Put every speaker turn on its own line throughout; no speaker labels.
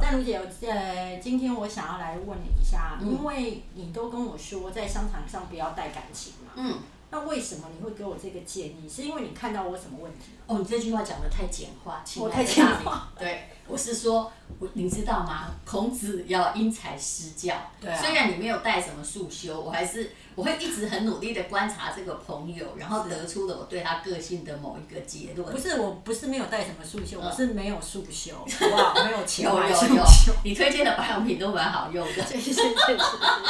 但卢姐，呃，今天我想要来问你一下，
嗯
因为你都跟我说在商场上不要带感情嘛，
嗯，
那为什么你会给我这个建议？是因为你看到我什么问题吗？
哦，你这句话讲的太简化，亲
我
爱
太
的
简
大明
化。
对，我是说，我你知道吗？孔子要因材施教。
对啊
虽然你没有带什么束修，我还是我会一直很努力的观察这个朋友，然后得出了我对他个性的某一个结论。
不是，我不是没有带什么束修，
嗯
我是没有束 修，好不好？没有钱
有
买束
有有
修。，
你推荐的保养品都蛮好用的。
谢谢谢谢谢谢。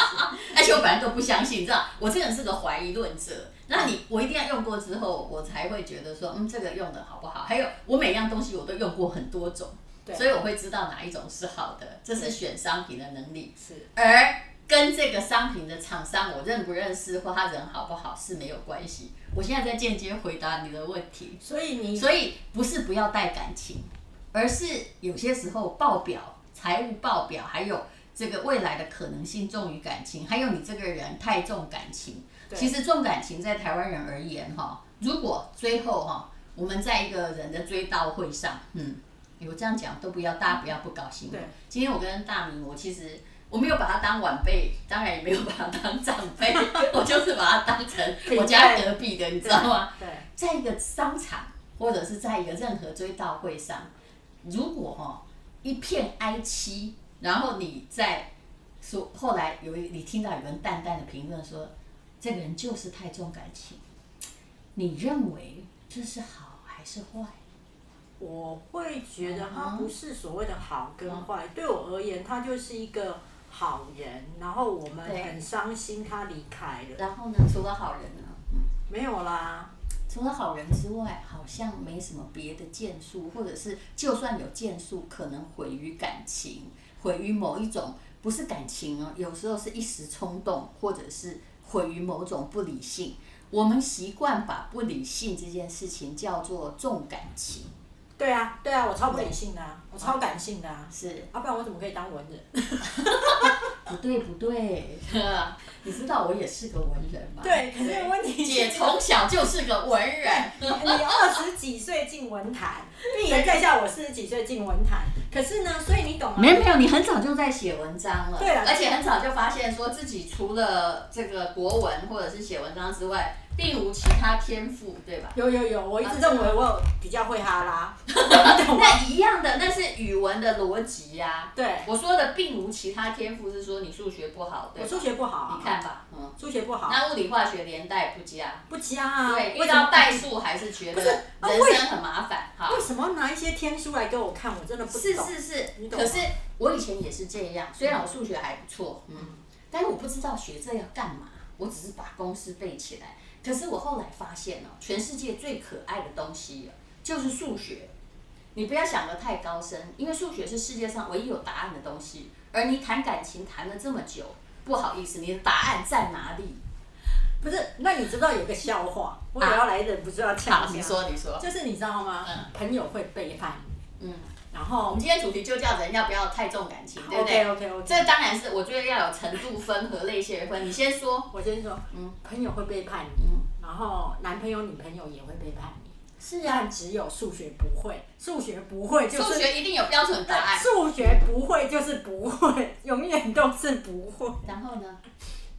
而且我本来都不相信，你知道，我这个人是个怀疑论者。那你我一定要用过之后，我才会觉得说，嗯，这个用的好不好？还有，我每样东西我都用过很多种，
对
所以我会知道哪一种是好的，这是选商品的能力。
是
而跟这个商品的厂商我认不认识或他人好不好是没有关系。我现在在间接回答你的问题。
所以你
所以不是不要带感情，而是有些时候报表、财务报表，还有这个未来的可能性重于感情，还有你这个人太重感情。
对
其实重感情在台湾人而言，哈，如果最后哈，我们在一个人的追悼会上，嗯，有这样讲都不要，大家不要不高兴。
对，
今天我跟大明，我其实。我没有把他当晚辈，当然也没有把他当长 辈，我就是把他当成我家隔壁的，你知道吗？
对
在一个商场或者是在一个任何追悼会上，如果哦一片哀戚，然后你在说后来有一你听到有人淡淡的评论说，这个人就是太重感情，你认为这是好还是坏？
我会觉得他
嗯
不是所谓的好跟坏，对我而言，他就是一个好人。然后我们
对
很伤心他离开了，
然后呢，除了好人呢？
没有啦，
除了好人之外，好像没什么别的建树，或者是就算有建树，可能毁于感情，毁于某一种不是感情哦，有时候是一时冲动，或者是毁于某种不理性。我们习惯把不理性这件事情叫做重感情，
对啊，对啊，我超不理性的、啊，
嗯
我超感性的、啊，
是
要、不然我怎么可以当文 人？
不对不对， 你知道我也是个文人嘛？
对可是问题是
姐从小就是个文人。
你二十几岁进文坛，并言在下我四十几岁进文坛，可是呢，所以你懂吗？啊
没有没有，你很早就在写文章了，
哦对啊
而且很早就发现说自己除了这个国文或者是写文章之外，并无其他天赋，对吧？
有有有，我一直认
啊
为我有比较会哈拉，你 懂吗？
那一样的，那是语文的逻辑呀、
对，
我说的并无其他天赋，是说你数学不好，对
我
吧？
数学不好、啊，
你看吧，嗯，
数学不好，
那物理化学连带不佳，
不加啊，
对，
为
遇
什么
到代数还是觉得
不是啊
人生很麻烦，哈。
为什么要拿一些天书来给我看？我真的不懂。
是是是
你，懂吗
可是我以前也是这样，虽然我数学还不错，嗯，但是我不知道学这要干嘛，我只是把公式背起来。可是我后来发现哦，全世界最可爱的东西哦就是数学。你不要想得太高深，因为数学是世界上唯一有答案的东西。而你谈感情谈了这么久，不好意思，你的答案在哪里？
不是？那你知道有个笑话，我也要来忍不住要呛
好，
一下。
你，说，你说。
就是你知道吗？
嗯
朋友会背叛，
嗯，
然
我
后
们今天主题就叫人要不要太重感情，对不对
OK OK OK，
这当然是我觉得要有程度分和类型分。你先说，
我先说，
嗯
朋友会背叛你，
嗯
然后男朋友女朋友也会背叛你，
是啊，
但只有数学不会，数学不会就
数
是。
学一定有标准答案。
数学不会就是不会，永远都是不会。
然后呢？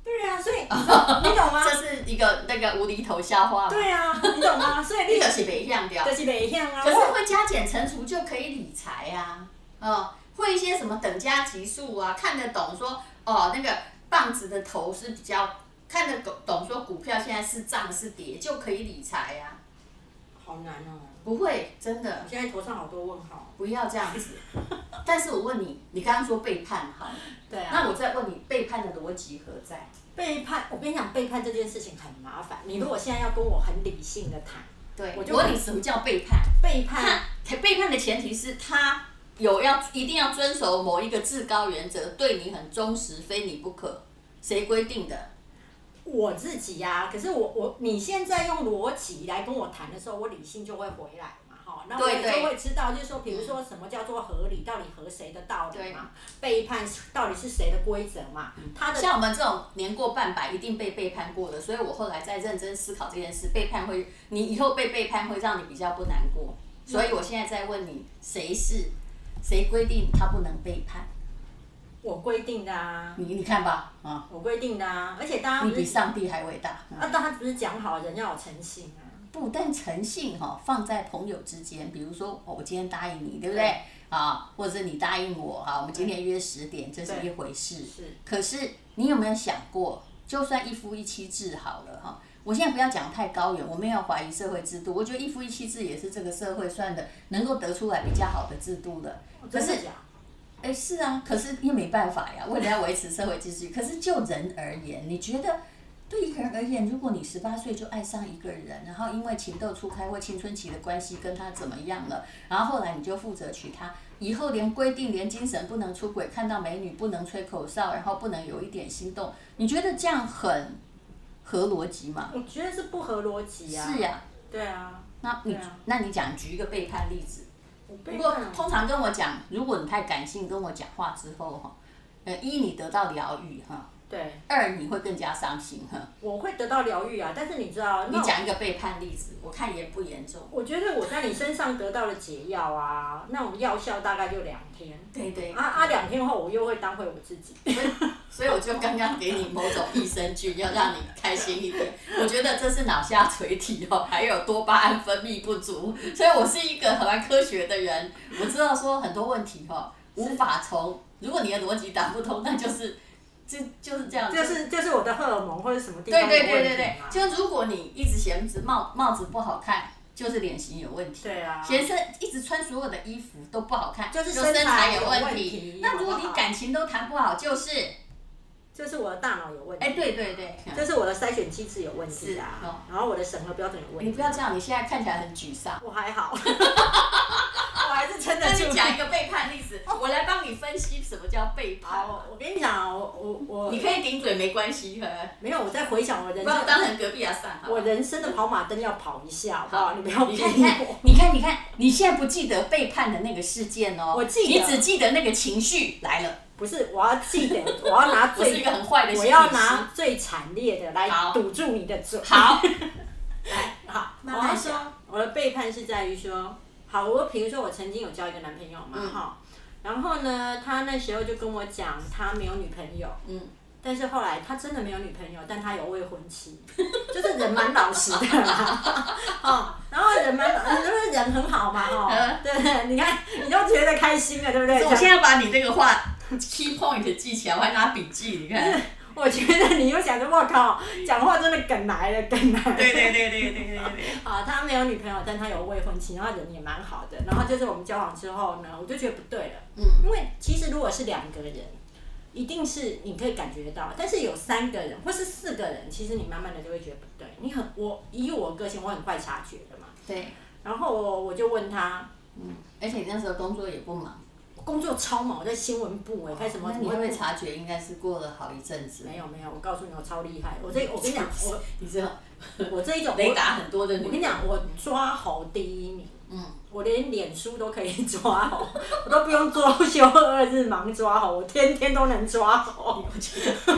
对啊，所以你知道你 懂吗
这？是一个那个无厘头笑话吗？
对啊，你懂 吗？所以
你
你
就是没样掉。
就是每样啊。
可是会加减乘除就可以理财啊，哦，会一些什么等价级数啊，看得懂说哦那个棒子的头是比较看得懂懂说股票现在是涨是跌就可以理财呀、啊。
好难哦，
不会，真的
我现在头上好多问号。
不要这样子。 但是我问你，你刚刚说背叛好了，
对啊，
那我再问你，背叛的逻辑何在？
背叛，我跟你讲，背叛这件事情很麻烦。你如果现在要跟我很理性的谈
对，
我
我
就
问你什么叫背叛？
背
他
叛，
背叛的前提是他有要一定要遵守某一个至高原则，对你很忠实，非你不可。谁规定的？
我自己呀、可是我我你现在用逻辑来跟我谈的时候，我理性就会回来嘛，哈，那我
对
也
对嗯
就会知道，就是说，比如说什么叫做合理，到底合谁的道理嘛？背叛到底是谁的规则嘛？他的
嗯像我们这种年过半百，一定被背叛过的，所以我后来在认真思考这件事，背叛会，你以后被背叛会让你比较不难过。所以我现在在问你，谁是谁规定他不能背叛？
我规定的啊，
你你看吧，啊，
我规定的啊，而且大家
嗯你
不
比
是
上帝还伟大。啊
啊，大家不是讲好人要有诚信啊，
不，但诚信哈、放在朋友之间，比如说、哦我今天答应你，对不对？
对
啊，或者你答应我哈、我们今天约十点，这是
对
一回事。
是
可是你有没有想过，就算一夫一妻制好了哈、我现在不要讲太高远，我们要怀疑社会制度。我觉得一夫一妻制也是这个社会算的能够得出来比较好的制度的。可
真
是
的假的？
哎，是啊，可是也没办法呀，为了要维持社会秩序。可是就人而言，你觉得对一个人而言，如果你十八岁就爱上一个人，然后因为情窦初开或青春期的关系跟他怎么样了，然后后来你就负责娶她，以后连规定连精神不能出轨，看到美女不能吹口哨，然后不能有一点心动，你觉得这样很合逻辑吗？
我觉得是不合逻辑啊。
是呀、
对啊，
那你、
对啊
那你讲举一个背叛例子。
我被
不过
看
通常跟我讲，如果你太感性跟我讲话之后哈，呃，一你得到疗愈哈，
对，
二你会更加伤心哈。
我会得到疗愈啊。但是你知道，
你
那
讲一个背叛例子，我看严不严重？
我觉得我在你身上得到了解药啊，那种药效大概就两天。
对对
啊啊！两天后我又会当回我自 己。
所以我就刚刚给你某种益生菌，要让你开心一点。我觉得这是脑下垂体哦，还有多巴胺分泌不足，所以我是一个很爱科学的人。我知道说很多问题哦，无法从，如果你的逻辑打不通，那就是就就是这样，
这是这是我的荷尔蒙或者什么地方
对
有
对对
问
对
题
对
嘛，？
就如果你一直嫌子帽帽子不好看，就是脸型有问题。
对啊，
嫌身一直穿所有的衣服都不好看，
就是
就
身
身
材有
有
问
问
题
那如果
好不好
你感情都谈不好，就是
这是我的大脑有问题。
哎，对对对，
这是我的筛选机制有问题
是哦
啊，然后我的审核标准有问
你
题。
不要这样，你现在看起来很沮丧。
我还 好， 我还是撑得
那
住
你。讲一个背叛例 子，我来帮你分析什么叫背叛。
好，我跟你讲啊，我我我
你可以顶嘴没关系，呵呵
没有，我在回想我人
把我
生，
当成隔壁阿散。好
我人生的跑马灯要跑一下，好不好？你不要
你
逼
看，你看
我。，
你看，你看，你现在不记得背叛的那个事件哦，
我记得
你只记得那个情绪来了。
不是，我要记得，我要 拿
我是一
最
个，很坏的心
我
理师
要拿最惨烈的来
好
堵住你的嘴。
好，
好，
慢
我
慢
要
想
说我的背叛是在于说，好，我比如说我曾经有交一个男朋友嘛，
嗯
哈、然后呢，他那时候就跟我讲他没有女朋友，
嗯，
但是后来他真的没有女朋友，但他有未婚妻， 就是人蛮老实的啦，哦，然后人蛮老，就是人很好嘛，哦
嗯，
对不对？你看，你就觉得开心了，对不对？
我现在把你这个话 key point 记起来，我还拿笔记，你看。
我觉得你又想着，我靠，讲话真的梗来了，梗来了。
对对对对对对对。
啊，他没有女朋友，但他有未婚妻，然后人也蛮好的。然后就是我们交往之后呢，我就觉得不对了，
嗯
因为其实如果是两个人，一定是你可以感觉得到，但是有三个人或是四个人，其实你慢慢的就会觉得不对。你很我以我个性，我很快察觉的嘛。
对，
然后我我就问他，
而且你那时候工作也不忙，
工作超忙，我在新闻部哎、开什么
哦那
什
你
么
会不会察觉应该是过了好一阵子？
没有没有，我告诉你，我超厉害。我这我跟你 讲，我
你知道
我这一种
雷达很多的
我
女
跟你
人，
讲，我抓猴第一名。
嗯，
我连脸书都可以抓猴，我都不用周休二日忙抓猴，我天天都能抓猴。
我觉得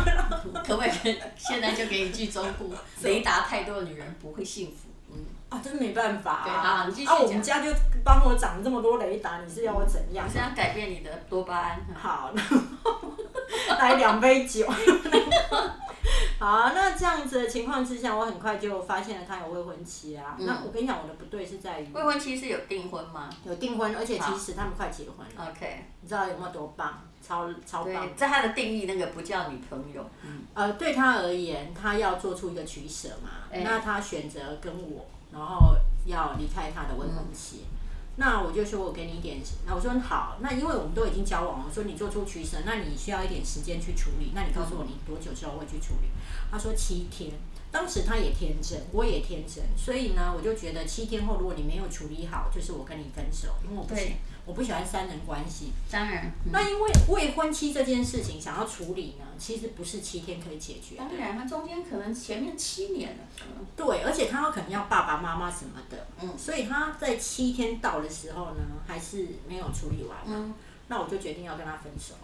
可不可以现在就给你去中 部？雷达太多的女人不会幸福。嗯，
啊，真没办法
对
啊！
好你继续
啊，
讲
我们家就帮我长这么多雷达，你是要我怎样
我？是要改变你的多巴胺。嗯
好，然后 来两杯酒。好，那这样子的情况之下，我很快就发现了他有未婚妻啊。
嗯
那我跟你讲，我的不对是在于
未婚妻是有订婚吗
有订婚，而且其
好
实他们快结婚了，
？OK，
你知道有没有多棒？超超棒！
对，在他的定义，那个不叫女朋友。嗯，
呃，对他而言，他要做出一个取舍嘛。
哎
那他选择跟我，然后要离开他的未婚妻。
嗯
那我就说，我给你一点，那我说好，那因为我们都已经交往了，我说你做出取舍，那你需要一点时间去处理。那你告诉
嗯
我你多久之后会去处理？他说七天。当时他也天真，我也天真，所以呢，我就觉得七天后如果你没有处理好，就是我跟你分手，因为我不喜
对
我不喜欢三人关系。
当然。嗯
那因为未婚妻这件事情想要处理呢，其实不是七天可以解决的。
当然，他中间可能前面七年了，
对，而且他可能要爸爸妈妈什么的，
嗯
所以他在七天到的时候呢，还是没有处理完嘛。
嗯
那我就决定要跟他分手，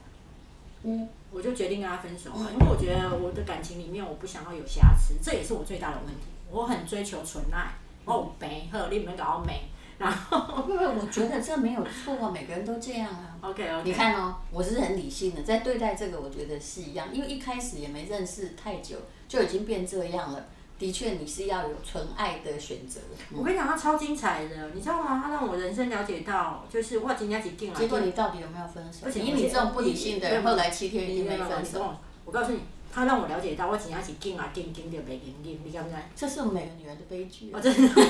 嗯，
我就决定跟他分手啊，因为我觉得我的感情里面我不想要有
嗯
哦瑕疵，这也是我最大的问题。我很追求纯爱，我有病，呵，你们搞美，然后
哦不不，我觉得这没有错啊，每个人都这样啊。
OK OK，
你看哦，我是很理性的，在对待这个，我觉得是一样，因为一开始也没认识太久，就已经变这样了。的确，你是要有纯爱的选择。嗯
我跟你讲，他超精彩的，你知道吗？他让我人生了解到，就是我今天几定了，
结果你到底有没有分手？
不行
以你这种不理性的人，
不行
后来七天一
你
定
没
没
有
分
你跟
手。
我，我告诉你，他让我了解到我今天是定啊定定就没定定，你敢不敢？
这是我们每个女人的悲剧啊
我。真的，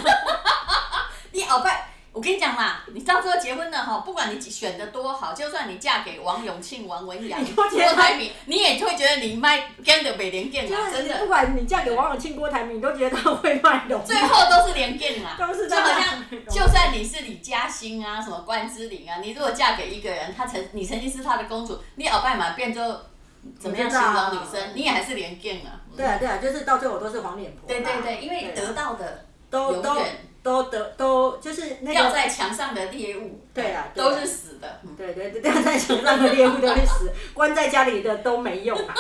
你鳌拜，我跟你讲啦，你到最后结婚了哈，不管你选的多好，就算你嫁给王永庆、王文洋、
你就觉
郭
得
台铭，你也会觉得你卖跟的北连见啊， 真
你
的
不。管你嫁给王永庆、郭台铭，你都觉得他会卖龙。
最后都是连电嘛，
都是
就
在
好
那
像就算你是李嘉欣啊，什么关之琳啊，你如果嫁给一个人，他曾你曾经是他的公主，你鳌拜嘛变就怎么样
我知
形
道
容女生，你也还是连电啊。
对啊对啊，就是到最后都是黄脸婆啦。
对对对，因为得到的
都
永
都
远
都得都就是那
吊
个。
在墙上的猎物，
啊对啊对啊
都是死的。嗯
对对对，掉在墙上的猎物都会死，关在家里的都没 用啊，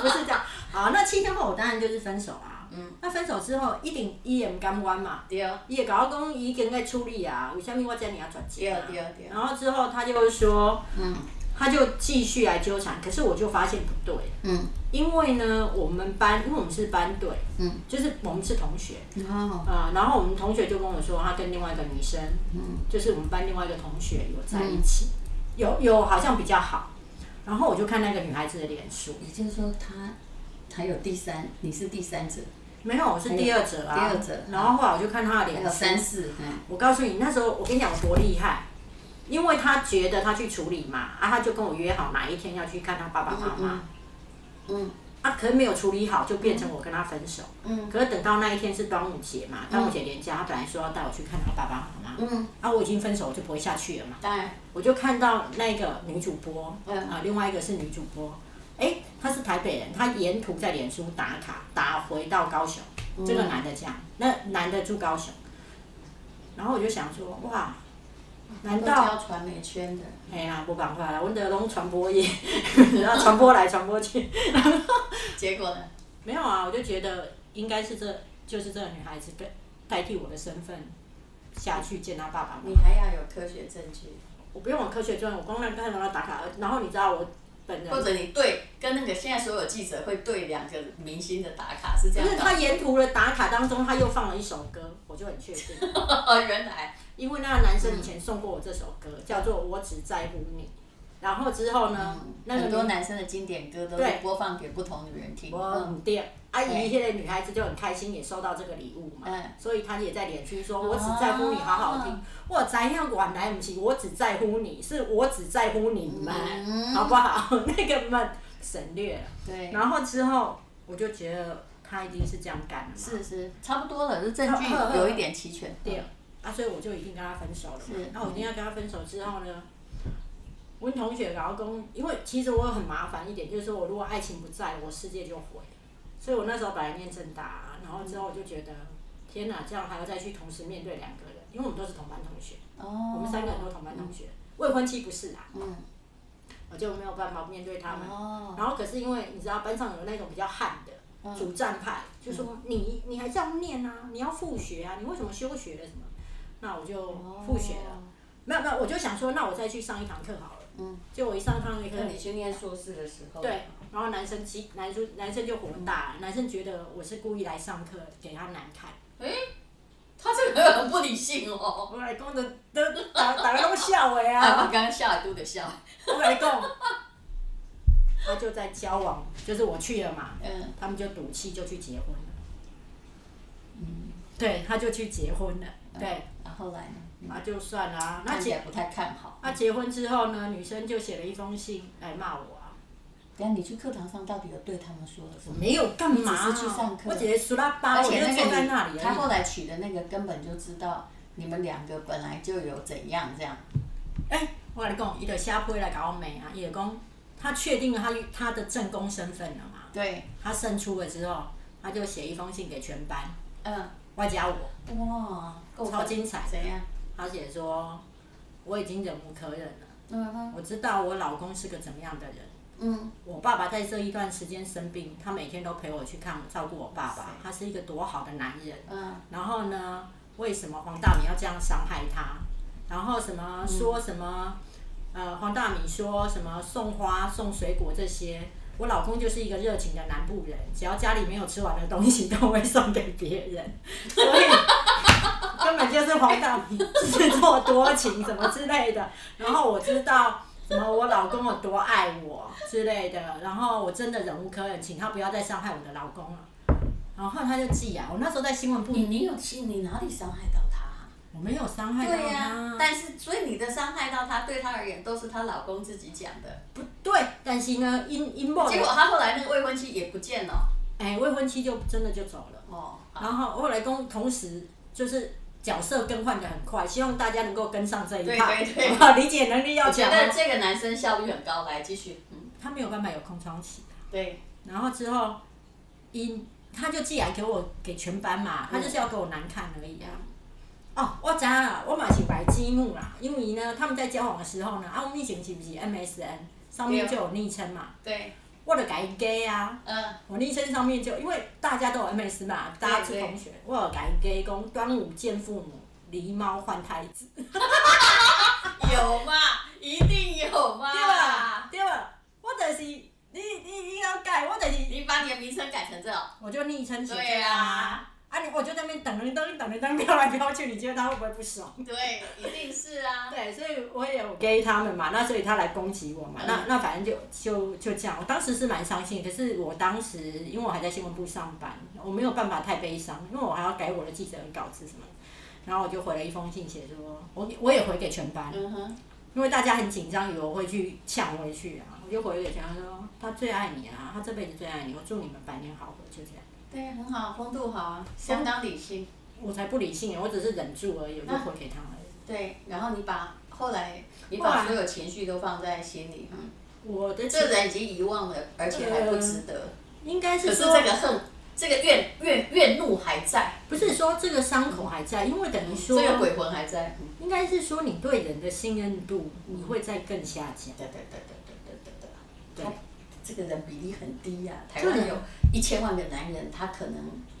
不是这样。好，那七天后我当然就是分手啊。嗯。那分手之后，一定伊也毋甘愿嘛，
对哦
伊会甲我讲伊已经在处理啊，为什么我遮尔啊转折啊？
对对对
然后之后他就说，
嗯
他就继续来纠缠，可是我就发现不对，
嗯
因为呢，我们班，因为我们是班队，
嗯，
就是我们是同学，
哦，
呃，然后我们同学就跟我说，他跟另外一个女生，就是我们班另外一个同学有在一起，有有好像比较好。然后我就看那个女孩子的脸书，
也就是说他还有第三，你是第三者，
没有，我是第二者啊，
第二者
然后后来我就看她的
还
脸
有
书，
三四，嗯
我告诉你，那时候我跟你讲我多厉害，因为她觉得她去处理嘛，啊，她就跟我约好哪一天要去看她爸爸妈妈，
嗯嗯
啊，可是没有处理好，就变成我跟她分手。
嗯
可是等到那一天是端午节嘛，端午节连假，她本来说要带我去看她爸爸妈妈，
嗯，
啊，我已经分手，我就不会下去了嘛。
当然，
我就看到那个女主播，
嗯
啊、另外一个是女主播，哎，她是台北人，她沿途在脸书打卡，打回到高雄，
嗯
这个男的这样，那男的住高雄，然后我就想说，哇，难
都
道
教传媒圈的。
哎呀，无办法啦，阮得拢传播业， 然后传播来传播去，
结果呢？
没有啊，我就觉得应该是这就是这个女孩子代代替我的身份下去见她爸爸妈妈
你还要有科学证据，
我不用往科学专，我光那个看到她打卡，然后你知道我本人
或者你对跟那个现在所有记者会对两个明星的打卡是这
可是
样
他
的。
沿途的打卡当中，他又放了一首歌，我就很确 定，
原来，
因为那个男生以前送过我这首歌，叫做《我只在乎你》。然后之后呢，那个
嗯很多
女
男生的经典歌都是
对
播放给不同女人听。
我
嗯
很店啊阿姨现在女孩子就很开心，也收到这个礼物嘛，
嗯哦
所以她也在脸书说：“我只在乎你，好好听。
啊
我知影原来不是我只在乎你，是我只在乎你们，
嗯
好不好？ 那个们省略了。
对，
然后之后我就觉得他一定是这样干的嘛。
是是，差不多了，这证据
呵呵呵
有一点齐全。
对啊，所以我就一定跟他分手了嘛
是。
那我一定要跟他分手之后呢，我同学老公，因为其实我很麻烦一点，就是说我如果爱情不在，我世界就毁了。所以我那时候本来念正大啊，然后之后我就觉得，天哪，这样还要再去同时面对两个人，因为我们都是同班同学，
哦，
我们三个人都同班同学，未婚妻不是啊，
嗯，
我就没有办法面对他们。
哦，
然后可是因为你知道班上有那种比较悍的主战派，就说你你还这样念啊，你要复学啊，你为什么休学了什么？那我就
哦
复学了。没有没有，我就想说，那我再去上一堂课好了。嗯。就我一上堂那
那
课，
你去念硕士的时候，
对，然后男生激男生男生就火大，男生觉得我是故意来上课给他难看。
他这个很不理性哦。
我来讲的都打打个拢笑话
啊，
啊！
我刚刚笑还嘟的笑，
我来讲，他就在交往，就是我去了嘛，
嗯，
他们就赌气就去结婚了。嗯对，他就去结婚了。对，
然后来呢？
那、就算啦、那
看起
结
来不太看好。
那结婚之后呢，女生就写了一封信来骂我啊，
等下你去课堂上到底有对他们说了什
我
么？
没有干嘛、
你只是去上课
我姐姐苏拉巴，我
而
就
且那
坐
个
在
你
那里
他
而
后
已。
来娶的那个根本就知道你们两个本来就有怎样这样，
哎、我跟你讲，伊就写批来搞我妹啊，伊就讲他确定了他他的正宫身份了嘛，
对，
他胜出了之后，他就写一封信给全班，
嗯，
外加我，
哇，够
超
狠
精彩
怎样？
他写说我已经忍无可忍了，
嗯哼，
我知道我老公是个怎么样的人。
嗯，
我爸爸在这一段时间生病，他每天都陪我去看我，照顾我爸爸。他是一个多好的男人。
嗯，
然后呢，为什么黄大米要这样伤害他，然后什么说什么，呃，黄大米说什么送花送水果这些。我老公就是一个热情的南部人，只要家里没有吃完的东西，都会送给别人，所以根本就是黄大米自作多情什么之类的。然后我知道什么我老公有多爱我之类的，然后我真的忍无可忍，请他不要再伤害我的老公了。然后他就寄啊，我那时候在新闻部，
你你有去你哪里伤害到他、啊？
我没有伤害到
对
他
呀、
啊，
但是所以你的伤害到他，对他而言都是她老公自己讲的。
不对，但是呢，因因某的
结果她后来那个未婚妻也不见了。
哎未婚妻就真的就走了。
哦，好
然后后来公同时就是角色更换的很快，希望大家能够跟上这一
对
趴，
对对
好不好理解能力要
我觉
强哦。
得这个男生效率很高，来继续。嗯，
他没有办法有空窗期，
对，
然后之后因他就寄来给我给全班嘛，
嗯
他就是要给我难看而已啊。哦，我知啦，我嘛是白积木啦，因为呢他们在交往的时候呢，啊我们以前是不是 MSN 上面
啊
就有昵称嘛，
对，
我就改 gay 啊。
嗯，
我昵称上面就因为大家都有 MS 嘛，大家是
对
同学，我有改给公端午见父母，狸猫换太子，
有嘛，一定有啊嘛。
对吧？对吧？我就是你你你要改，我就是
你把你的名称改成这哦种，
我就昵称写这
对
样
啊
啊，啊你我就在那边等人等等人等飘来飘去，你觉得他会不会不爽？
对，一定是 啊。
对，所以我也有 gay 他们嘛，那所以他来攻击我嘛，
嗯
那那反正就就就这样，我当时是蛮伤心，可是我当时因为我还在新闻部上班，我没有办法太悲伤，因为我还要改我的记者稿子什么的，然后我就回了一封信，写说，我我也回给全班，
嗯哼，
因为大家很紧张，以为我会去抢回去啊，我就回给全班说，他最爱你啊，他这辈子最爱你，我祝你们百年好合，就这样，
对，很好，风度好啊，相当理性。
我才不理性耶，啊我只是忍住而已，我就
啊
回给他而已。
对，然后你把后来你
后
把
来
所有情绪都放在心里，嗯，
我的
这人已经遗忘了，而且还不值得。
应该
可
是
是
说
这个恨，这个怨怨怨怒还在，
不是说这个伤口还在，因为等于
这
说，
个鬼魂还在。嗯
应该是说你对人的信任度，你会再更下降。
对对对对对对对
对
对他这个人比例很低呀、台湾
对啊
有一千万个男人，他可能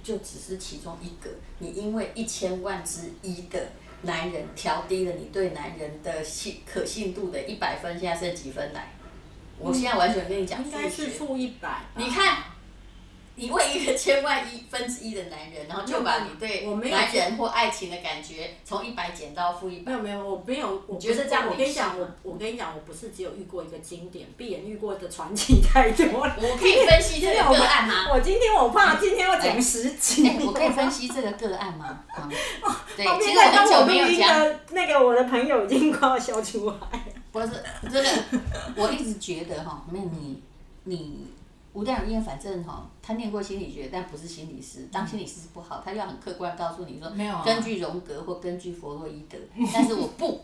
就只是其中一个。你因为一千万之一个男人，调低了你对男人的信可信度的一百分，现在剩几分来？我现在完全跟你讲
嗯应该
数
是
学
负一百。
你看，你为一个千万一分之一的男人，然后就把你对
我没有
男人或爱情的感觉从一百减到负一
没
百。
有没有，我没有，我不是
觉得这样
我跟
理
你
性吗
讲，我我跟你讲，我不是只有遇过一个经典，闭眼遇过的传奇太多了。
我可以分析这个个案吗？
我今天我怕今天要讲十集，
哎、我可 以分析这个个案吗？啊、对
旁，哦边
其实
在
我很
帮
久
我录
没有
音啊
讲，
的那个我的朋友已经快要笑出 来了。
不是真的，我一直觉得哈，没有你，你吴亮，因为反正哈，他念过心理学，但不是心理师，当心理师是不好，他要很客观告诉你说，
没有啊
根据荣格或根据弗洛伊 德，但是我不。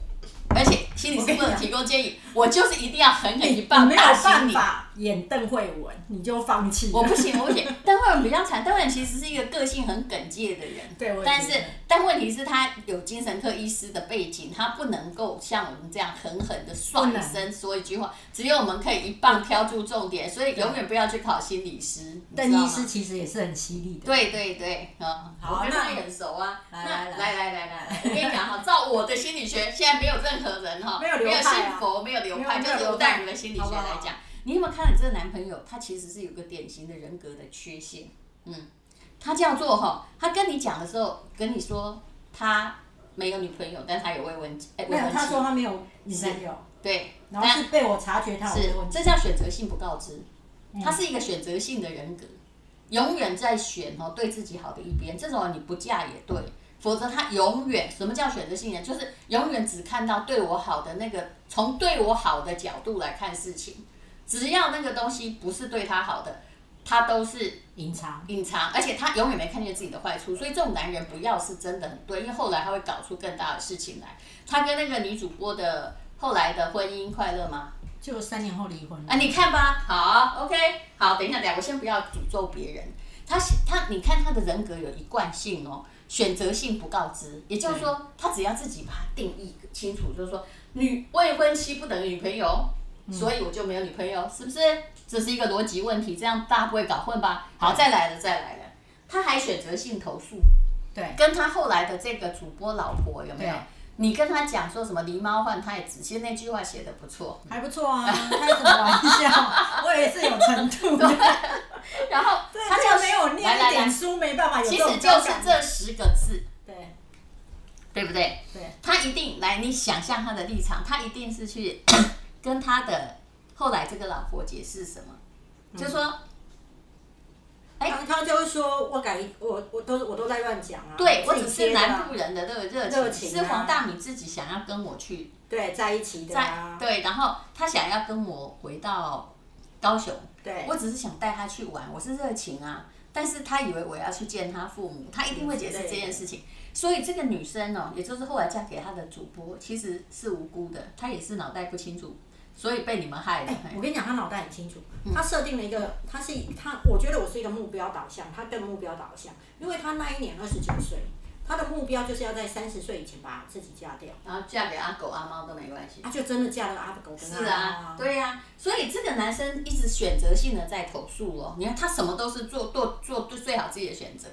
而且心理师不能提供 建议，我就是一定要狠狠一棒
没有
打醒
办
哎你。
法演邓慧文，你就放弃了。
我不行，我不行。邓慧文比较惨，邓慧文其实是一个个性很耿介的人，
对我也
但是
觉得
但问题是，他有精神科医师的背景，他不能够像我们这样狠狠的算一
不
声说一句话，只有我们可以一棒挑住重点，所以永远不要去考心理师，你知
邓
道
医
吗
师？其实也是很犀利的。
对对对，嗯，
好
我跟他
那
也很熟啊。
来来
那来来来来，我跟你讲哈，照我的心理学，现在没有任何人哈，
没有流
没
派
有
啊
信佛，没有流派，
没有没
就
有
是
流
吴淡
派
如的心理
好
学
不好
来讲，你有没有看你这个男朋友，他其实是有个典型的人格的缺陷，嗯，他这样做哈，他跟你讲的时候，跟你说他没有女朋友，但他有未婚妻，哎，
没
未
有，
婚
他
妻
说，他没有女朋友，
对，
然后
但
是被我察觉他有
是
这个问题。
这叫选择性不告知，他是一个选择性的人格，永远在选哦对自己好的一边，这种人你不嫁也对，否则他永远什么叫选择性人，就是永远只看到对我好的那个，从对我好的角度来看事情，只要那个东西不是对他好的，他都是
隐藏。
隐藏，而且他永远没看见自己的坏处，所以这种男人不要是真的很对，因为后来他会搞出更大的事情来。他跟那个女主播的后来的婚姻快乐吗？
就三年后离婚了。
啊，你看吧，好，OK，好，等一下，等一下，我先不要诅咒别人。他是他，你看他的人格有一贯性哦，选择性不告知，也就是说，他只要自己把它定义清楚，就是说，女未婚妻不等于女朋友，
嗯
所以我就没有女朋友，是不是？这是一个逻辑问题，这样大家不会搞混吧？好，再来了，再来了，他还选择性投诉，
对
跟他后来的这个主播老婆有没有
对？
你跟他讲说什么狸猫换太子，其实那句话写的不错。
还不错啊，开什么玩笑？我也是有程度 的，
然后
对，他
他叫
就没有念
来
一
来
点
来，
书，没办法有
其
这种
实啊就
观
是
感
这十个字，
对
对不对？
对，
他一定来，你想象他的立场，他一定是去 跟他的后来这个老婆解释什么，
嗯
就说、哎
他他就会说，我感我我都我都在乱讲啊，
对我
自己
只是
贴的啊
南部人的那个热情，
热情啊
是黄大米自己想要跟我去
对在一起的
在、
啊，
对，然后他想要跟我回到高雄，
对
我只是想带他去玩，我是热情啊，但是他以为我要去见他父母，他一定会解释这件事情。所以这个女生哦，也就是后来嫁给他的主播，其实是无辜的，她也是脑袋不清楚，所以被你们害的。
我跟你讲，他脑袋很清楚，
嗯
他设定了一个，他是以他，我觉得我是一个目标导向，他更目标导向，因为他那一年二十九岁，他的目标就是要在三十岁以前把自己嫁掉，
然后嫁给阿狗阿猫都没关系。
他就真的嫁了阿狗跟阿
是啊，
猫，
对呀、所以这个男生一直选择性的在投诉哦。你看他什么都是做做做做最好自己的选择，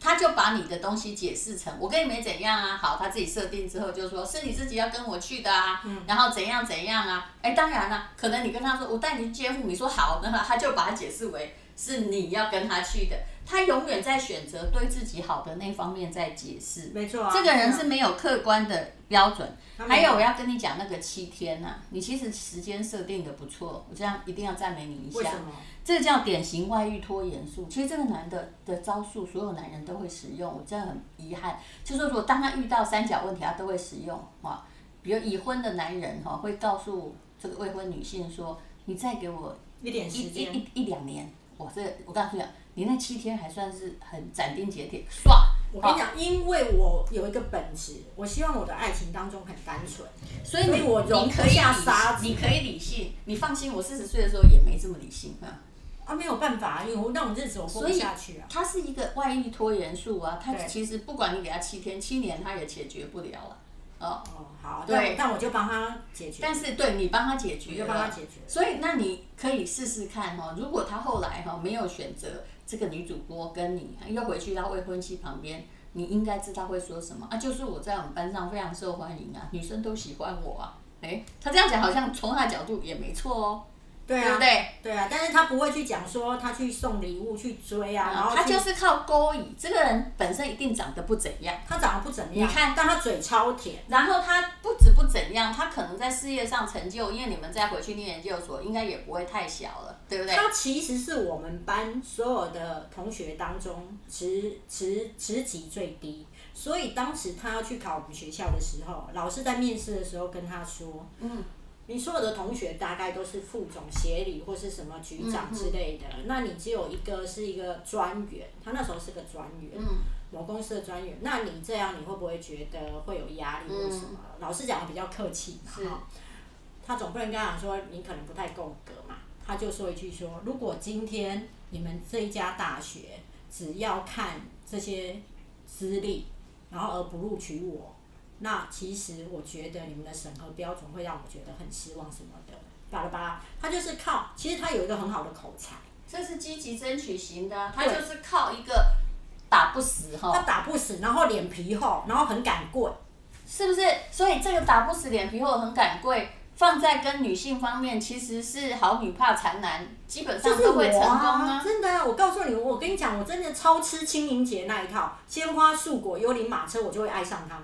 他就把你的东西解释成我跟你没怎样啊，好，他自己设定之后就说是你自己要跟我去的啊，
嗯
然后怎样怎样啊，哎，当然啦、可能你跟他说我带你去接父母，你说好，那 他就把它解释为是你要跟他去的，他永远在选择对自己好的那方面在解释。
没错啊，
这个人是没有客观的标准。还
没有
有我要跟你讲那个七天呐、你其实时间设定的不错，我这样一定要赞美你一
为
下
什。么？
这叫典型外遇拖延术。其实这个男的的招数，所有男人都会使用，我真的很遗憾。就是说，当他遇到三角问题，他都会使用啊。比如已婚的男人哈、会告诉这个未婚女性说：“你再给我
一点
一
时
一
间，
一一两年，我这我告诉你啊，你那七天还算是很斩钉截铁，唰。”
我跟你讲，因为我有一个本质，我希望我的爱情当中很单纯，
所以
所
你
以我容
你
不
可以
下
理
沙子
你可以理性，你放心，我四十岁的时候也没这么理性啊。
啊，没有办法，因为我那种日子我过
所
不
以
下去啊。
它是一个外遇拖延术啊，它
对
其实不管你给他七天七年，他也解决不了啊。哦，
哦，好，
对
那那我就帮他解决，
但是对你帮他解
我
决
就
了，
帮他解决。
所以那你可以试试看哦，如果他后来哈、哦、没有选择这个女主播跟你，又回去到未婚妻旁边。你应该知道会说什么啊？就是我在我们班上非常受欢迎啊，女生都喜欢我啊。诶，他这样讲好像从他的角度也没错哦，
对
对
啊
不，对？
对啊，但是他不会去讲说他去送礼物去追啊，然后
他
去
就是靠勾引，这个人本身一定长得不怎样，
他长得不怎么样，
你看
但他嘴超甜，
然后他不止不怎样，他可能在事业上成就，因为你们再回去念研究所，应该也不会太小了，对不对？
他其实是我们班所有的同学当中职职职级最低，所以当时他要去考我们学校的时候，老师在面试的时候跟他说，
嗯，
你所有的同学大概都是副总、协理或是什么局长
嗯
之类的，那你只有一个是一个专员，他那时候是个专员，
嗯
某公司的专员，那你这样你会不会觉得会有压力或什么？
嗯
老师讲的比较客气嘛，
是
哈他总不能跟他讲说你可能不太够格嘛，他就说一句说，如果今天你们这一家大学只要看这些资历，然后而不录取我，那其实我觉得你们的审核标准会让我觉得很失望什么的，巴拉巴拉，他就是靠，其实他有一个很好的口才，
这是积极争取型的啊，他
对
就是靠一个打不死
他
哈，
打不死，然后脸皮厚，然后很敢跪。
是不是？所以这个打不死脸皮厚很敢跪。放在跟女性方面，其实是好女怕缠男，基本
就
上
是
都
我
会成功
啊
啊！。
真的啊！我告诉你，我跟你讲，我真的超吃清明节那一套，鲜花、素果、幽灵马车，我就会爱上他。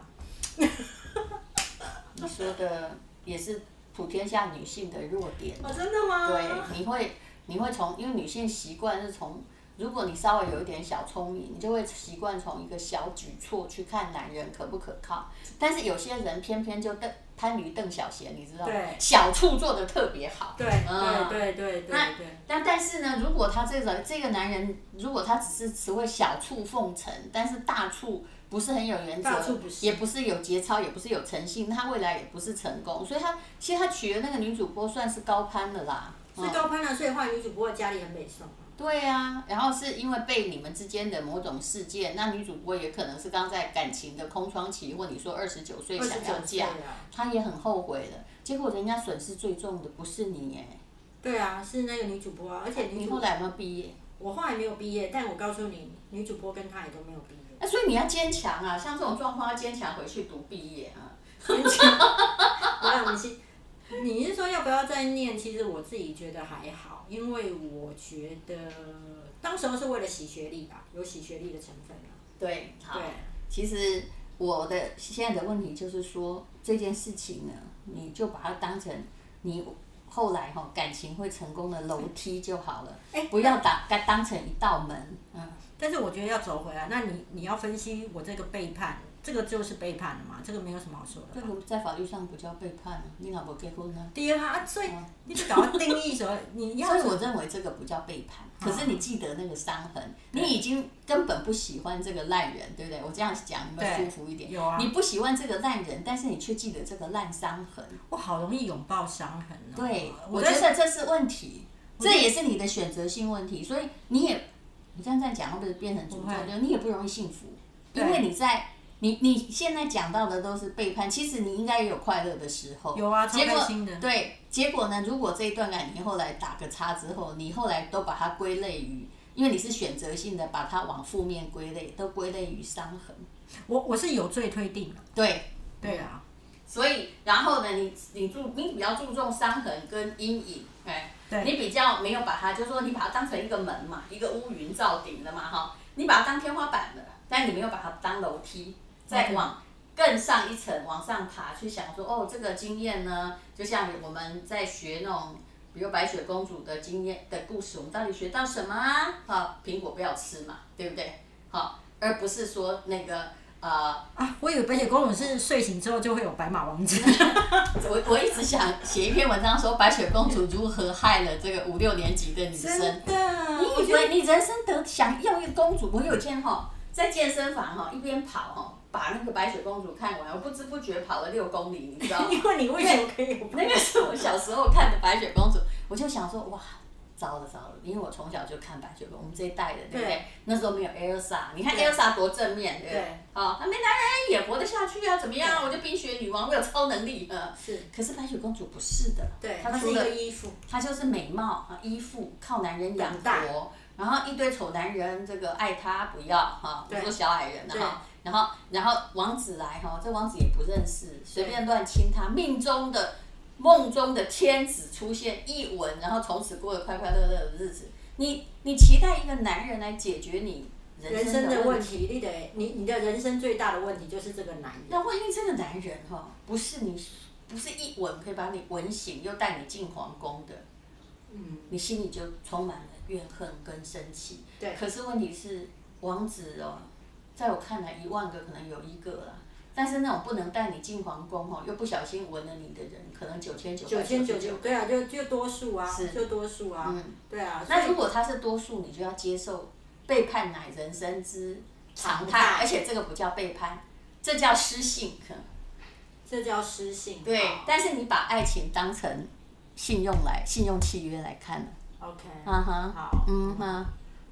你说的也是普天下女性的弱点。
哦，真的吗？
对，你会你会从，因为女性习惯是从，如果你稍微有一点小聪明，你就会习惯从一个小举措去看男人可不可靠。但是有些人偏偏就邓贪于邓小闲，你知道吗
对？
小处做的特别好。
对
嗯
对对对对
那
对，
但但是呢，如果他这个这个男人，如果他只是只会小处奉承，但是大处不是很有原则
大处不，是
也不是有节操，也不是有诚信，那他未来也不是成功。所以他其实他娶的那个女主播算是高攀的啦。
所以高攀啊，所以后来女主播的家里很美送啊。
对啊，然后是因为被你们之间的某种事件，那女主播也可能是刚在感情的空窗期，或你说二十九岁想要
29岁
嫁
啊，
她也很后悔了。结果人家损失最重的不是你耶，
对啊，是那个女主播啊，而且女
你
主
后来有没有毕业？
我后来没有毕业，但我告诉你，女主播跟她也都没有毕业。
那哎所以你要坚强啊，像这种状况要坚强回去读毕业啊。
来，我们先，你是说要不要再念？其实我自己觉得还好，因为我觉得当时候是为了洗学历吧，有洗学历的成分啊。
对，好。
对，
其实我的现在的问题就是说，这件事情呢，你就把它当成你后来哈、感情会成功的楼梯就好了，
哎
不要打该当成一道门，嗯，
但是我觉得要走回来，那你你要分析我这个背叛，这个就是背叛了嘛，这个没有什么好说的
这
吧。
个在法律上不叫背叛啊，你老婆结婚呢、
第二啊，所以
嗯
你就搞定义 什么？你要
所以我认为这个不叫背叛，可是你记得那个伤痕，你已经根本不喜欢这个烂人，对不对？我这样讲你们
对
舒服一点。
有啊
你不喜欢这个烂人，但是你却记得这个烂伤痕。
我好容易拥抱伤痕哦。
对，
我
我
在
觉得这是问题，
觉
这
得
也是你的选择性问题，所以你也，你这样这样讲会不会变成诅
不会
咒？就你也不容易幸福，
对
因为你在你你现在讲到的都是背叛，其实你应该也有快乐的时候，
有啊超
结果
开心的
对，结果呢？如果这一段感情后来打个叉之后，你后来都把它归类于。因为你是选择性的把它往负面归类，都归类于伤痕。
我我是有罪推定的。
对，
对啊，
所以，然后呢，你你注你比较注重伤痕跟阴影，哎，
对
你比较没有把它，就是说你把它当成一个门嘛，一个乌云罩顶的嘛，哈，你把它当天花板了，但你没有把它当楼梯，再
OK
往更上一层往上爬，去想说，哦，这个经验呢，就像我们在学那种。比如白雪公主的经验的故事，我们到底学到什么啊？好，苹果不要吃嘛，对不对？好，而不是说那个呃，
啊，我以为白雪公主是睡醒之后就会有白马 王子。
我我一直想写一篇文章，说白雪公主如何害了这个五六年级的女生。
的
你以为你人生得想要一个公主？我有一天哈，在健身房哈一边跑哈，把那个白雪公主看完，我不知不觉跑了六公里，你知道吗？
因为你为什么可以有
那个是我小时候看的白雪公主，我就想说哇。糟了糟了，因为我从小就看白雪公主，我们这一代的，对不对？
对
那时候没有 Elsa，你看
对
Elsa 多正面，对不对？
对
哦，那没男人也活得下去啊，怎么样？我就冰雪女王，我有超能力，嗯、
是？
可是白雪公主不是的，
对，
她
它
除
是一
了
个衣服。
她就是美貌啊、依附，靠男人养
长大
活，然后一堆丑男人，这个爱她不要哈，比
对
如说小矮人啊
对
哈，然后然后王子来哈，这王子也不认识，随便乱亲她，命中的梦中的天子出现一吻，然后从此过得快快乐乐的日子。你你期待一个男人来解决你人
人
生
生
的
的
问
问
题？
题，你得你你的人生最大的问题就是这个男人。
那万一这个男人哈、不是你，不是一吻可以把你吻醒，又带你进皇宫的，
嗯，
你心里就充满了怨恨跟生气。
对
可是问题是，王子哦，在我看来，一万个可能有一个啦。但是那种不能带你进皇宫哦，又不小心吻了你的人，可能九千九
九
百
千九
十
九，。对啊，就就多数啊
是，
就多数啊，
嗯
对啊。
那
所
如
以
果他是多数，你就要接受背叛乃人生之常
常
态，
态
而且这个不叫背叛，这叫失信。可能
这叫失信。
对
好，
但是你把爱情当成信用来信用契约来看了，
OK，
啊哈，
好，
嗯哈，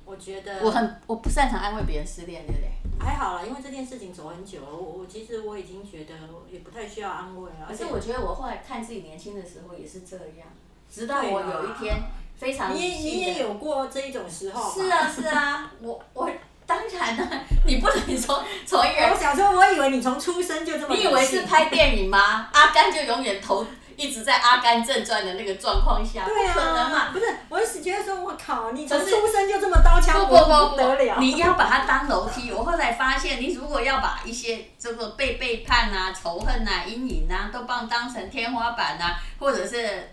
我觉得
我很我不擅长安慰别人失恋，对不对？
还好啦，因为这件事情走很久了，我我其实我已经觉得也不太需要安慰了，
可
而
是
且
我觉得我后来看自己年轻的时候也是这样，直到
对
我
啦
有一天非常
你也
理性
你
地
也有过这一种时候吧
是，啊是啊，我我当然了、 你不能说从一个
我
人，
想说，我以为你从出生就这么理
你以
性，
为是拍电影吗？阿甘就永远投一直在《阿甘正传》的那个状况下，
对啊，
不可能嘛，
不是，我是觉得说，我靠，你
可
从
是
出生就这么刀
不
枪
不
不
不
不得了，
你要把它当楼梯。我后来发现，你如果要把一些这个被背叛啊、仇恨啊、阴影啊，都帮当成天花板啊，或者是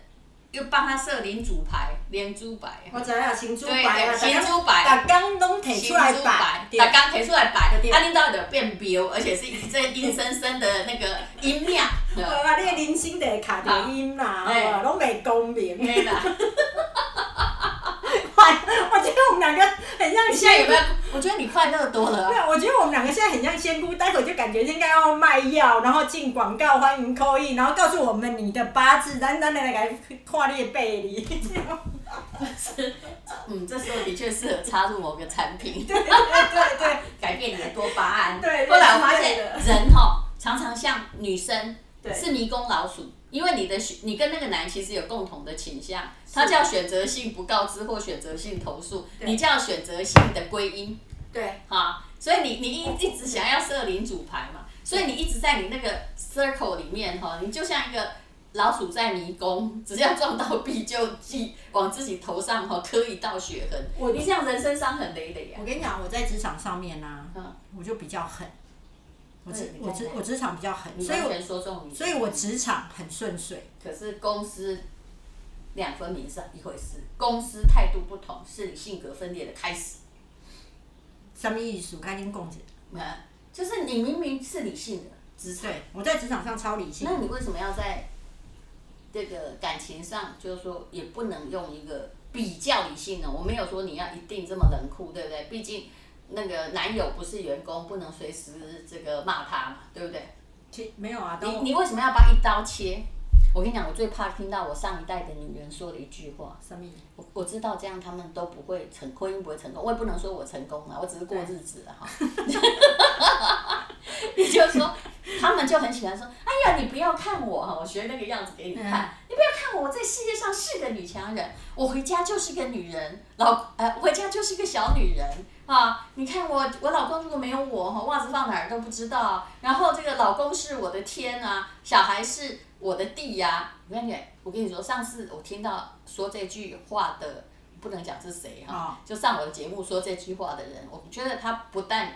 又帮他设连珠牌、连珠牌啊，
我知影行珠
对
白啊，
对，连珠牌。
大刚拢摕出来摆，
大
对
家提出来摆，
对
啊，你到就变彪，而且是这阴森森的那个音量， 对
无啊，你的人生就会卡着音啦，
对
好无拢袂公平。
对啦。
我觉得我们两个很像
你现在
仙
有
姑
没，有？我觉得你快乐多了啊
没。有，我觉得我们两个现在很像仙姑，待会就感觉应该要卖药，然后进广告，欢迎扣印，然后告诉我们你的八字，咱咱来来看你的背里。
嗯，这时候的确适合插入某个产品。
对对对，
改变你的多巴胺。
对
后来我发
类似
现
类
人哈、常常像女生
对
是迷宫老鼠，因为你的选，你跟那个男其实有共同的倾向，他叫选择性不告知或选择性投诉，你叫选择性的归因
对，
哈。所以你你一一直想要设领主牌嘛，所以你一直在你那个 circle 里面哈，你就像一个老鼠在迷宫，只要撞到壁就记往自己头上哈磕一道血痕，
我
你这样人生伤痕累累啊
我。跟你讲，我在职场上面呢、
嗯
我就比较狠，我职
对嗯
我
你看
职
看
我职场比较狠，
你
所以
完
我
全说中你，
所以我职场很顺遂。
可是公司两分明是一回事，公司态度不同是你性格分裂的开始。
什么意思？开心共振。
那就是你明明是理性的职场，
对，我在职场上超理性
那。你为什么要在这个感情上，就是说也不能用一个比较理性呢？我没有说你要一定这么冷酷，对不对？毕竟那个男友不是员工，不能随时这个骂他嘛，对不对？
其没有啊，当我
你你为什么要把一刀切？我跟你讲，我最怕听到我上一代的女人说的一句话，
什么意思？
我我知道这样他们都不会成婚姻不会成功，我也不能说我成功了，啊我只是过日子了哈。 也就是说，他们就很喜欢说：“哎呀，你不要看我哈，我学那个样子给你看，你不要看我，我在世界上是个女强人，我回家就是个女人，老呃，我回家就是个小女人啊。你看我，我老公如果没有我哈，袜子放哪儿都不知道，然后这个老公是我的天啊，小孩是我的地呀、我跟你讲，我跟你说，上次我听到说这句话的，不能讲是谁哈、
哦
就上我的节目说这句话的人，我觉得他不但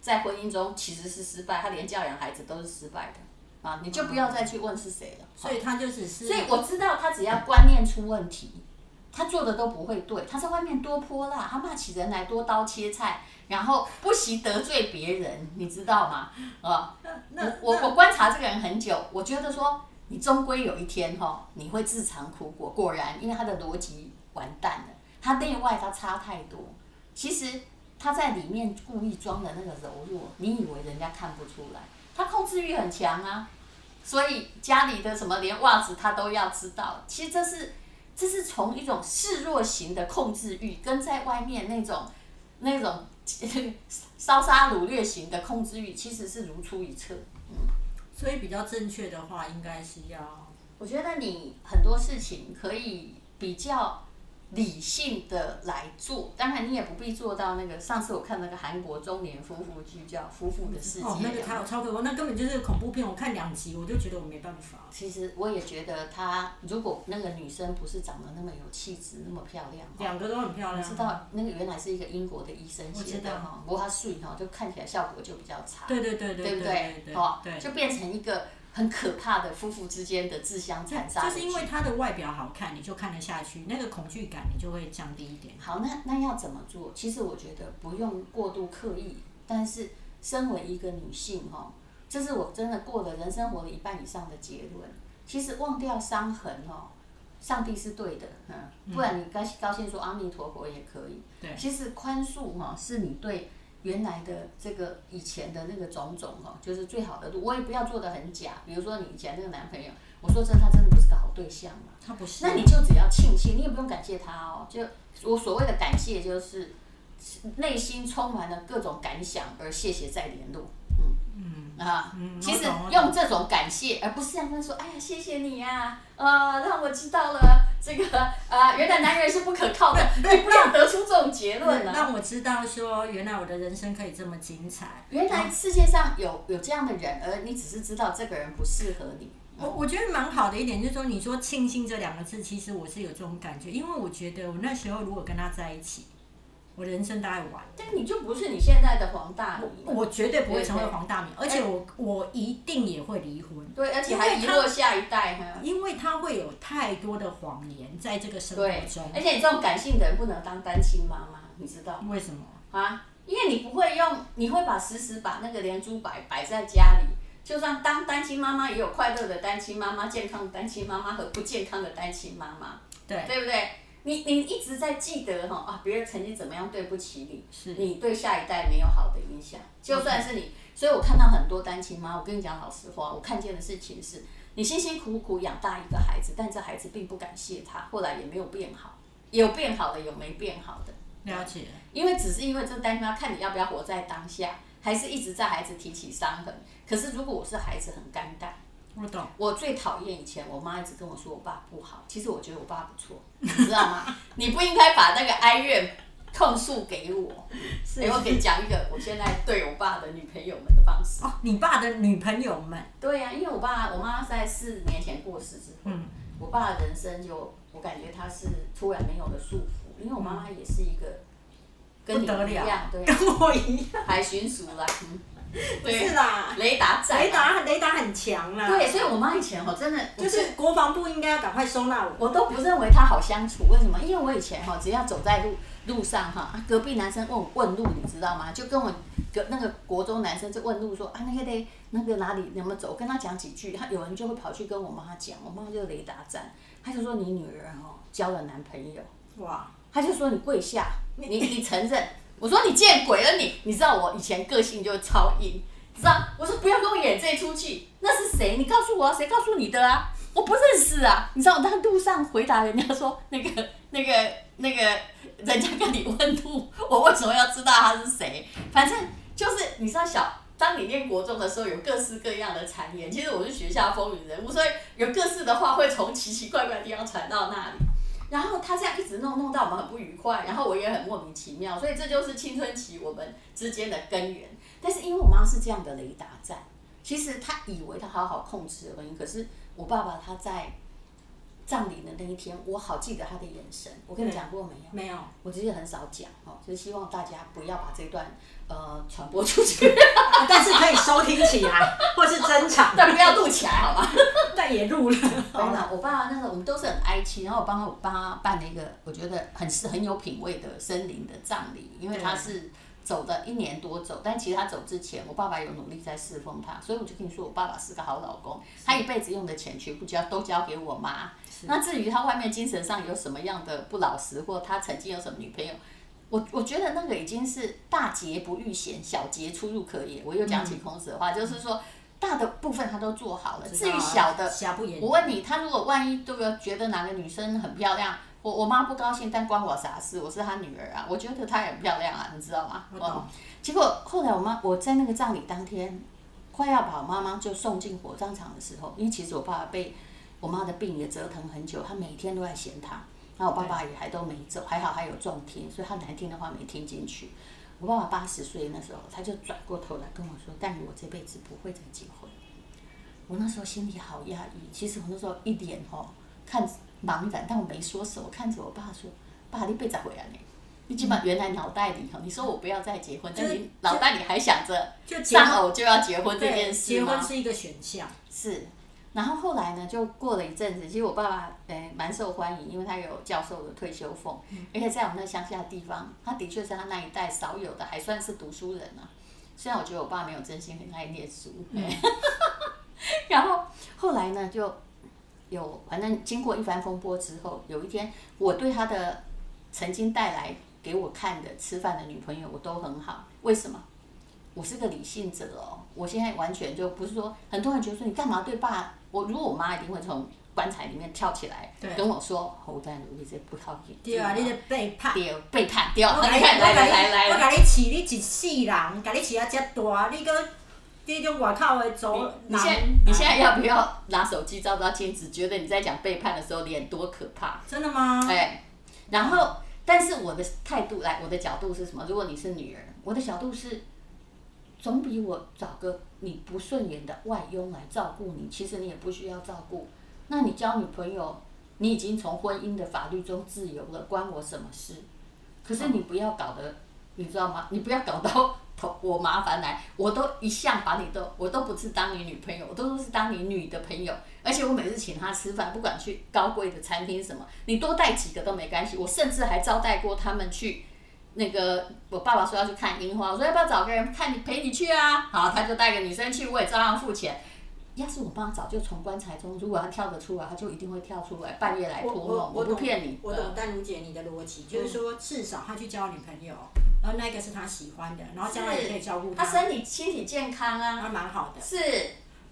在婚姻中其实是失败，他连教养孩子都是失败的啊！你就不要再去问是谁了。啊
所以他就只是，
所以我知道他只要观念出问题，他做的都不会对。他在外面多泼辣，他骂起人来多刀切菜，然后不惜得罪别人，你知 道吗？啊，
那
我
那
我观察这个人很久，我觉得说你终归有一天哈、你会自尝苦果。果然，因为他的逻辑完蛋了，他内外他差太多。其实他在里面故意装的那个柔弱，你以为人家看不出来？他控制欲很强啊，所以家里的什么连袜子他都要知道。其实这是这是从一种示弱型的控制欲，跟在外面那种那种烧杀掳掠型的控制欲，其实是如出一辙。
所以比较正确的话，应该是要
我觉得你很多事情可以比较理性的来做，当然你也不必做到那个。上次我看那个韩国中年夫妇剧叫《夫妇的世界》啊
哦，那个他有超可怕，那根本就是恐怖片。我看两集，我就觉得我没办法。
其实我也觉得她，如果那个女生不是长得那么有气质、那么漂亮，
两个都很漂亮。
知道那个原来是一个英国的医生写
我知
的
道
哈，不过她睡哈就看起来效果就比较差，
对对对对
对不
对
对？哦，
对，
就变成一个很可怕的夫妇之间的自相残杀
就
的
是
剧。
因为他的外表好看，你就看得下去，那个恐惧感你就会降低一点。
好，那那要怎么做？其实我觉得不用过度刻意，但是身为一个女性哈、哦，这是我真的过了人生活了一半以上的结论。其实忘掉伤痕哦，上帝是对的，嗯，不然你高高兴说阿弥陀佛也可以。
对
其实宽恕哈、哦，是你对原来的这个以前的那个种种哦，就是最好的路。我也不要做的很假，比如说你以前那个男朋友，我说真的，他真的不是个好对象嘛。
他不是，
那你就只要庆幸，你也不用感谢他哦。就我所谓的感谢，就是内心充满了各种感想，而谢谢再联络。嗯嗯啊，
嗯
其实
我懂我懂
用这种感谢，而不是让他说：“哎呀，谢谢你呀、啊，呃，让我知道了这个啊、呃原来男人是不可 靠的。”你不要得出这种结论啊！
让我知道说，原来我的人生可以这么精彩。
原来世界上有有这样的人，而你只是知道这个人不适合你。
我我觉得蛮好的一点就是说，你说“庆幸”这两个字，其实我是有这种感觉，因为我觉得我那时候如果跟他在一起，我人生大概完了。
但你就不是你现在的黄大米嘛，
我绝对不会成为
对对
黄大米，而且我我一定也会离婚，
哎对，而且还遗落下一代哈。
因为他会有太多的谎言在这个生活
对，哎
中。哎
而且你这种感性的人不能当单亲妈妈，你知道
为什么？
啊？因为你不会用，你会把时时把那个连珠摆摆在家里。就算当单亲妈妈，也有快乐的单亲妈妈、健康的单亲妈妈和不健康的单亲妈妈，
对，
对不对？你你一直在记得哈啊，别人曾经怎么样对不起你，
是
你对下一代没有好的影响。就算是你，所以我看到很多单亲妈，我跟你讲老实话，我看见的事情是，你辛辛苦苦养大一个孩子，但这孩子并不感谢他，后来也没有变好，有变好的，有没变好的，
了解。
因为只是因为这单亲妈，看你要不要活在当下，还是一直在孩子提起伤痕。可是如果我是孩子，很尴尬。
我懂，
我最讨厌以前我妈一直跟我说我爸不好，其实我觉得我爸不错，你知道吗？ 你不应该把那个哀怨控诉给我。是，我给讲一个我现在对我爸的女朋友们的方式。
哦，你爸的女朋友们，
对呀、因为我爸我妈在四年前过世之后，
嗯
我爸的人生就我感觉他是突然没有了束缚，因为我妈妈也是一个跟你
不得了
一样，对、啊
跟我一样，
海巡署 啦，嗯，
不是啦，
雷达站啊，
雷达雷达很强啦。
对，所以我妈以前哦，真的
就
我
是国防部应该要赶快收纳我。
我都不认为他好相处，为什么？因为我以前哈，只要走在路路上哈，啊隔壁男生问我问路，你知道吗？就跟我隔那个国中男生就问路说啊，那个嘞，那个哪里怎么走？我跟他讲几句，他有人就会跑去跟我妈讲，我妈就雷达站，他就说你女儿哦交了男朋友，
哇，
他就说你跪下，你你承认。我说你见鬼了你！你知道我以前个性就超硬，知道？我说不要跟我演这出戏，那是谁？你告诉我、啊，谁告诉你的啊？我不认识啊！你知道我在路上回答人家说那个那个那个人家跟你问路，我为什么要知道他是谁？反正就是你知道小。当你念国中的时候，有各式各样的谗言。其实我是学校风云人物，所以有各式的话会从奇奇怪怪的地方传到那里。然后他这样一直弄弄到我们很不愉快，然后我也很莫名其妙，所以这就是青春期我们之间的根源。但是因为我妈是这样的雷达站，其实她以为她好好控制而已，可是我爸爸他在葬礼的那一天，我好记得他的眼神。我跟你讲过没有？
没有，
我其实很少讲哦，就是希望大家不要把这段呃传播出去，
但是可以收听起 来，或是珍藏，
但不要录起来，好吗？
但也录了。
好了，我爸那个我们都是很哀戚，然后我帮我爸办了一个我觉得很是很有品味的森林的葬礼，因为他是走的一年多走，但其实他走之前，我爸爸有努力在侍奉他，所以我就跟你说，我爸爸是个好老公，他一辈子用的钱全部交都交给我妈。那至于他外面精神上有什么样的不老实，或他曾经有什么女朋友，我我觉得那个已经是大节不遇险，小节出入可也。我又讲起孔子的话，就是说大的部分他都做好了，
啊
至于小的，
瑕不掩
我问你，他如果万一这个觉得哪个女生很漂亮，我我妈不高兴，但关我啥事？我是她女儿啊，我觉得她也很漂亮啊，你知道吗？
我懂
哦结果后来我妈我在那个葬礼当天，快要把我妈妈就送进火葬场的时候，因为其实我爸爸被我妈的病也折腾很久，他每天都在嫌她。然后我爸爸也还都没走，还好还有中听，所以他难听的话没听进去。我爸爸八十岁那时候，他就转过头来跟我说：“但我这辈子不会再结婚。”我那时候心里好压抑，其实我那时候一脸吼看茫然，但我没说什么，我看着我爸说：“爸，你被咋回来呢？你基本原来脑袋里吼，你说我不要再结婚，
嗯就是
但你脑袋里还想着
就结
丧
婚，
偶就要结婚这
对，
件事
结
吗
婚？”是一个选项。
是，然后后来呢，就过了一阵子，其实我爸爸诶蛮受欢迎，因为他有教授的退休俸，
嗯
而且在我们那乡下地方，他的确是他那一代少有的，还算是读书人啊。虽然我觉得我爸没有真心很爱念书，嘿然后后来呢，就有反正经过一番风波之后，有一天我对他的曾经带来给我看的吃饭的女朋友，我都很好，为什么？我是个理性者哦，我现在完全就不是说很多人觉得说你干嘛对爸，我如果我妈一定会从棺材里面跳起来
对
跟我说，哦我在努力这不靠眼
对啊，你的背叛。
对背叛对，
我
你
甲你，
看
我
来
甲
来
你，
来
我
来，
甲你饲你一世人，甲你饲啊遮大，你搁你种外口的
你
族
你现在
人
你现在要不要拿手机照照镜子？觉得你在讲背叛的时候脸多可怕？
真的吗？
哎，然后，但是我的态度来，我的角度是什么？如果你是女人，我的角度是，总比我找个你不顺眼的外佣来照顾你，其实你也不需要照顾。那你交女朋友，你已经从婚姻的法律中自由了，关我什么事？可是你不要搞得，你知道吗？你不要搞到头我麻烦来，我都一向把你都，我都不是当你女朋友，我都是当你女的朋友。而且我每次请她吃饭，不管去高贵的餐厅什么，你多带几个都没关系。我甚至还招待过他们去。那个我爸爸说要去看樱花，我说要不要找个人看你陪你去啊？好，他就带个女生去，我也照样付钱。要是我妈早就从棺材中，如果她跳得出来，她就一定会跳出来，半夜来
我
托梦，哎我
我
不
懂
骗你。嗯
我
呃
懂丹如姐你的逻辑，就是说至少他去交女朋友，然后那个是他喜欢的，然后将来也可以照顾
他
他，
身体身体健康啊，
还蛮好的。
是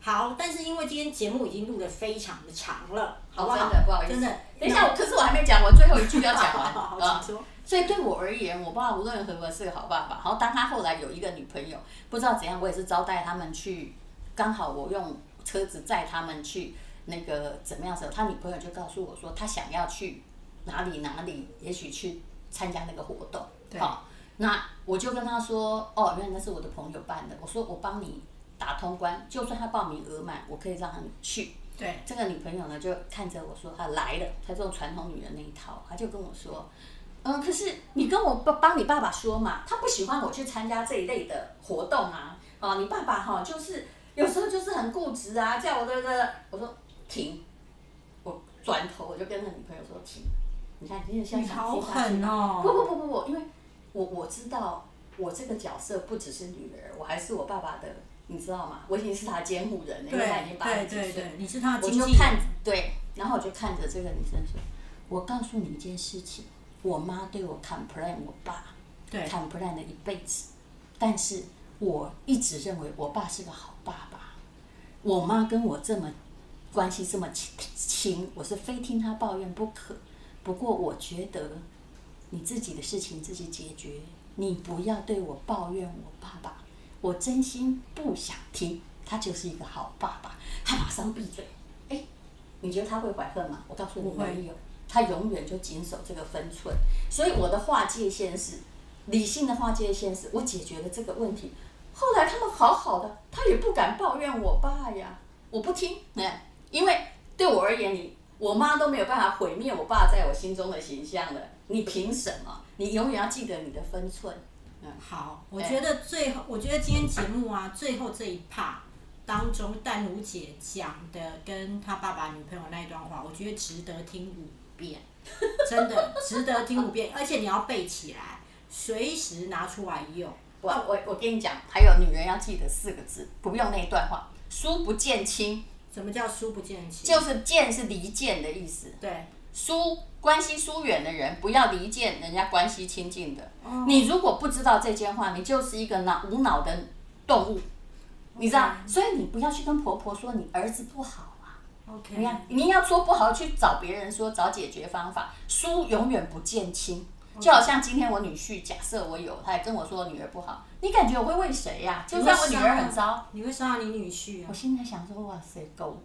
好，但是因为今天节目已经录得非常的长了，好不好？
哦真的不好意思
真的。
等一下，我可是我还没讲，我最后一句要
那，
讲
好好
完
好，
啊。
请说。
所以对我而言，我爸无论如何是个好爸爸。然后当他后来有一个女朋友，不知道怎样，我也是招待他们去，刚好我用车子载他们去那个怎么样的时候，他女朋友就告诉我说，他想要去哪里哪里，也许去参加那个活动。
对
好，那我就跟他说，哦，原来那是我的朋友办的，我说我帮你打通关，就算他报名额满，我可以让他去。
对，
这个女朋友呢就看着我说她来了，她这种传统女人那一套，她就跟我说，嗯，可是你跟我帮帮你爸爸说嘛，他不喜欢我去参加这一类的活动啊，哦，你爸爸哈、就是有时候就是很固执啊，叫我的的，我说停，我转头我就跟那女朋友说停，你看你现
你
在想
好
听下去
狠哦！
不不不不不，因为我我知道我这个角色不只是女儿，我还是我爸爸的，你知道吗？我已经是他监护人了，因为他已
对
经八
对
十几
对
岁了
对，。你是他的
我
经
就
纪
看
人，
对，然后我就看着这个女生说：“我告诉你一件事情，我妈对我 complain 我爸
对
complain 了一辈子，但是我一直认为我爸是个好爸爸。我妈跟我这么关系这么亲亲，我是非听她抱怨不可。不过我觉得你自己的事情自己解决，你不要对我抱怨我爸爸，我真心不想听。他就是一个好爸爸，他马上闭嘴。哎，你觉得他会怀恨吗？我告诉你，
不会
没有，他永远就谨守这个分寸。所以我的划界线是理性的划界线是，我解决了这个问题。后来他们好好的，他也不敢抱怨我爸呀，我不听，哎，因为对我而言，你我妈都没有办法毁灭我爸在我心中的形象了，你凭什么？你永远要记得你的分寸。
好，
我觉得最后，我觉得今天节目啊，最后这一 part 当中，淡如姐讲的跟她爸爸女朋友那一段话，我觉得值得听五 遍，真的值得听五遍，而且你要背起来，随时拿出来用。
我我我跟你讲，还有女人要记得四个字，不用那一段话，疏不见亲，
什么叫疏不见亲？
就是见是离间的意思。
对，
疏关系疏远的人，不要离间人家关系亲近的。你如果不知道这件话，你就是一个脑无脑的动物，你知道？所以你不要去跟婆婆说你儿子不好啊，
OK，
你看你要说不好，去找别人说，找解决方法。疏永远不见亲，就好像今天我女婿，假设我有，他也跟我说我女儿不好，你感觉我会为谁呀、就算我女儿很糟，
你会杀你女婿啊
我？心里想说，哇塞，狗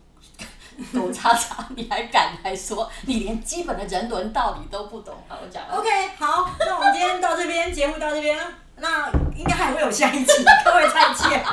狗叉叉，你还敢还说你连基本的人伦道理都不懂？好，我讲完了
OK，好，那我们今天到这边，节目到这边，那应该还会有下一集，各位再见。